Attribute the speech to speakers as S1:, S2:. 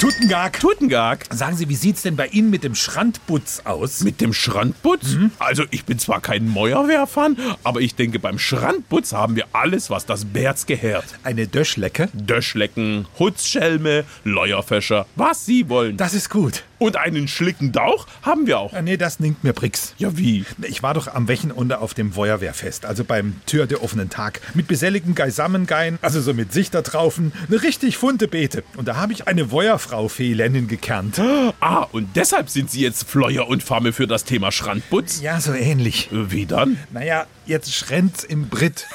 S1: Tuttengag.
S2: Tutengag.
S1: Sagen Sie, wie sieht's denn bei Ihnen mit dem Schrandputz aus?
S2: Mit dem Schrandputz? Also, ich bin zwar kein Meuerwerfer, aber ich denke, beim Schrandputz haben wir alles, was das Bärz gehört.
S1: Eine Döschlecke?
S2: Döschlecken, Hutzschelme, Leuerfäscher, was Sie wollen.
S1: Das ist gut.
S2: Und einen Schlickendauch haben wir auch.
S1: Ah, Nee, das ninkt mir Pricks.
S2: Ja, wie?
S1: Ich war doch am Wochenende auf dem Feuerwehrfest, also beim Tür der offenen Tag, mit beselligen Geisammengein, also so mit Sichter draufen, eine richtig funte Beete. Und da habe ich eine Feuerfrau Fehlenin gekernt.
S2: Ah, und deshalb sind Sie jetzt Fleuer und Famme für das Thema Schrandputz?
S1: Ja, so ähnlich.
S2: Wie dann?
S1: Naja, jetzt schrennt's im Brit.